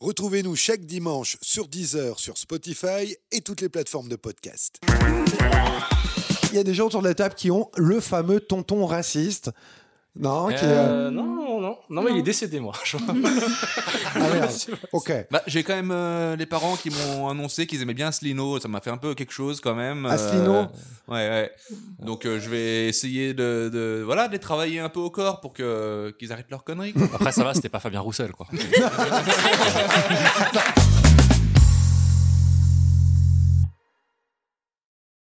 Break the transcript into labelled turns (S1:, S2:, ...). S1: Retrouvez-nous chaque dimanche sur Deezer, sur Spotify et toutes les plateformes de podcast.
S2: Il y a des gens autour de la table qui ont le fameux tonton raciste. Non, qui, euh,
S3: Euh, non, non, non. Non, mais il est décédé, moi. Je-
S2: ah, merde. Ok.
S4: Bah, j'ai quand même euh, les parents qui m'ont annoncé qu'ils aimaient bien Slino. Ça m'a fait un peu quelque chose quand même. euh,
S2: Asselineau
S4: Ouais, ouais. Donc euh, je vais essayer de, de- voilà de les travailler un peu au corps pour que qu'ils arrêtent leurs conneries. quoi.
S3: Après, ça va, c'était pas Fabien Roussel, quoi.